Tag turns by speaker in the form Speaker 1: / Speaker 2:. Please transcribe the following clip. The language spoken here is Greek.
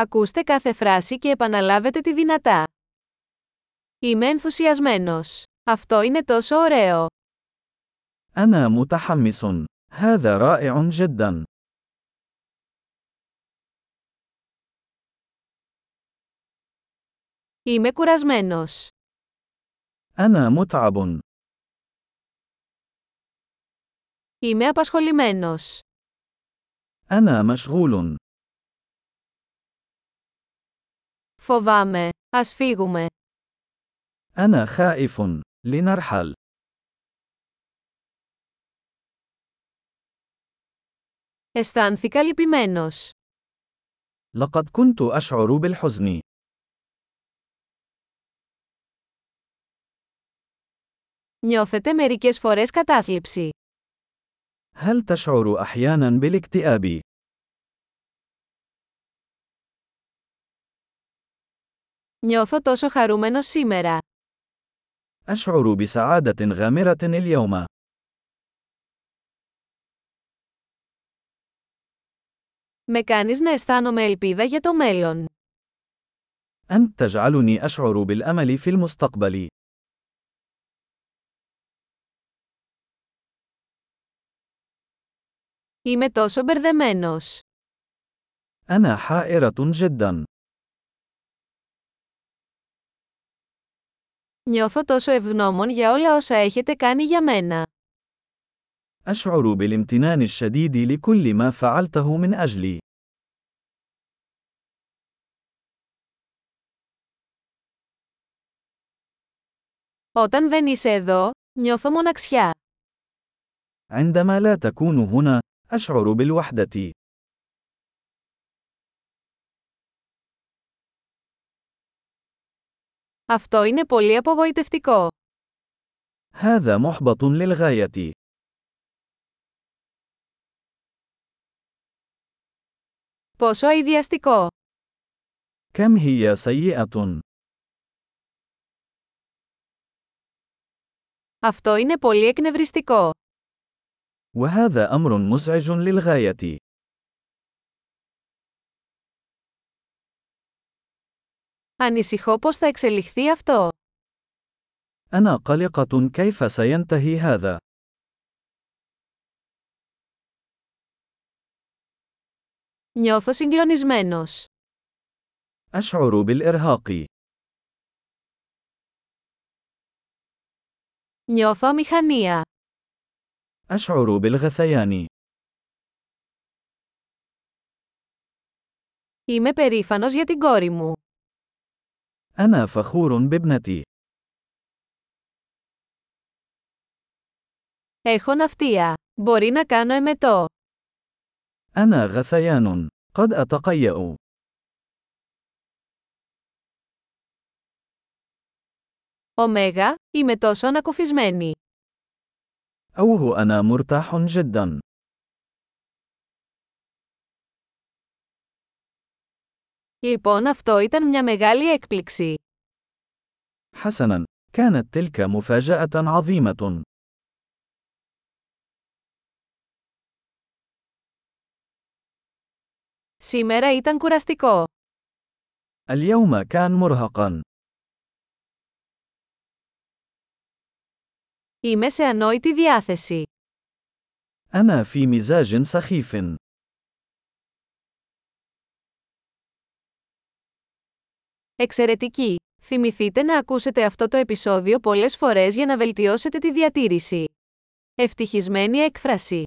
Speaker 1: Ακούστε κάθε φράση και επαναλάβετε τη δυνατά. Είμαι ενθουσιασμένος. Αυτό είναι τόσο ωραίο.
Speaker 2: أنا متحمس. هذا رائع جدا.
Speaker 1: Είμαι κουρασμένος.
Speaker 2: أنا متعب.
Speaker 1: Είμαι απασχολημένος.
Speaker 2: أنا مشغول.
Speaker 1: Φοβάμαι. Ας φύγουμε.
Speaker 2: أنا خائف. لنرحل.
Speaker 1: Αισθάνθηκα λυπημένος.
Speaker 2: لقد كنت أشعر بالحزن.
Speaker 1: Νιώθετε μερικές φορές κατάθλιψη.
Speaker 2: هل تشعر أحيانا بالاكتئاب؟
Speaker 1: Νιώθω τόσο χαρούμενος σήμερα.
Speaker 2: أشعر بسعادة غامرة اليوم.
Speaker 1: Με κάνεις να αισθάνομαι ελπίδα για το μέλλον.
Speaker 2: أنت تجعلني أشعر بالأمل في المستقبل.
Speaker 1: Είμαι τόσο μπερδεμένος.
Speaker 2: أنا حائرة جدا.
Speaker 1: Νιώθω τόσο ευγνώμων για όλα όσα έχετε κάνει για μένα.
Speaker 2: أشعر بالامتنان الشديد لكل ما فعلته من أجلي.
Speaker 1: Όταν δεν είσαι εδώ, νιώθω μοναξιά.
Speaker 2: عندما لا تكون هنا، أشعر بالوحدة.
Speaker 1: Αυτό είναι πολύ απογοητευτικό.
Speaker 2: هذا محبط للغاية.
Speaker 1: Πόσο αειδιαστικό.
Speaker 2: كم هي سيئة.
Speaker 1: Αυτό είναι πολύ εκνευριστικό.
Speaker 2: وهذا أمر مزعج للغاية.
Speaker 1: Ανησυχώ πώς θα εξελιχθεί αυτό.
Speaker 2: أنا قلقة كيف سينتهي هذا.
Speaker 1: Νιώθω συγκλονισμένος.
Speaker 2: أشعر بالإرهاق.
Speaker 1: Νιώθω αμηχανία.
Speaker 2: أشعر بالغثيان.
Speaker 1: Είμαι περήφανος για την κόρη μου.
Speaker 2: أنا فخور بابنتي.
Speaker 1: Έχω ναυτία. Μπορεί να κάνω εμετό.
Speaker 2: أنا غثيان. قد أتقيأ.
Speaker 1: Ωμέγα, είμαι τόσο ανακουφισμένη.
Speaker 2: أوه أنا مرتاح جدا.
Speaker 1: Λοιπόν αυτό ήταν μια μεγάλη έκπληξη.
Speaker 2: حسنا، كانت تلك مفاجأة عظيمة.
Speaker 1: Σήμερα ήταν κουραστικό.
Speaker 2: اليوم كان مرهقا.
Speaker 1: Είμαι σε ανόητη διάθεση.
Speaker 2: أنا في مزاج سخيف.
Speaker 1: Εξαιρετική! Θυμηθείτε να ακούσετε αυτό το επεισόδιο πολλές φορές για να βελτιώσετε τη διατήρηση. Ευτυχισμένη έκφραση!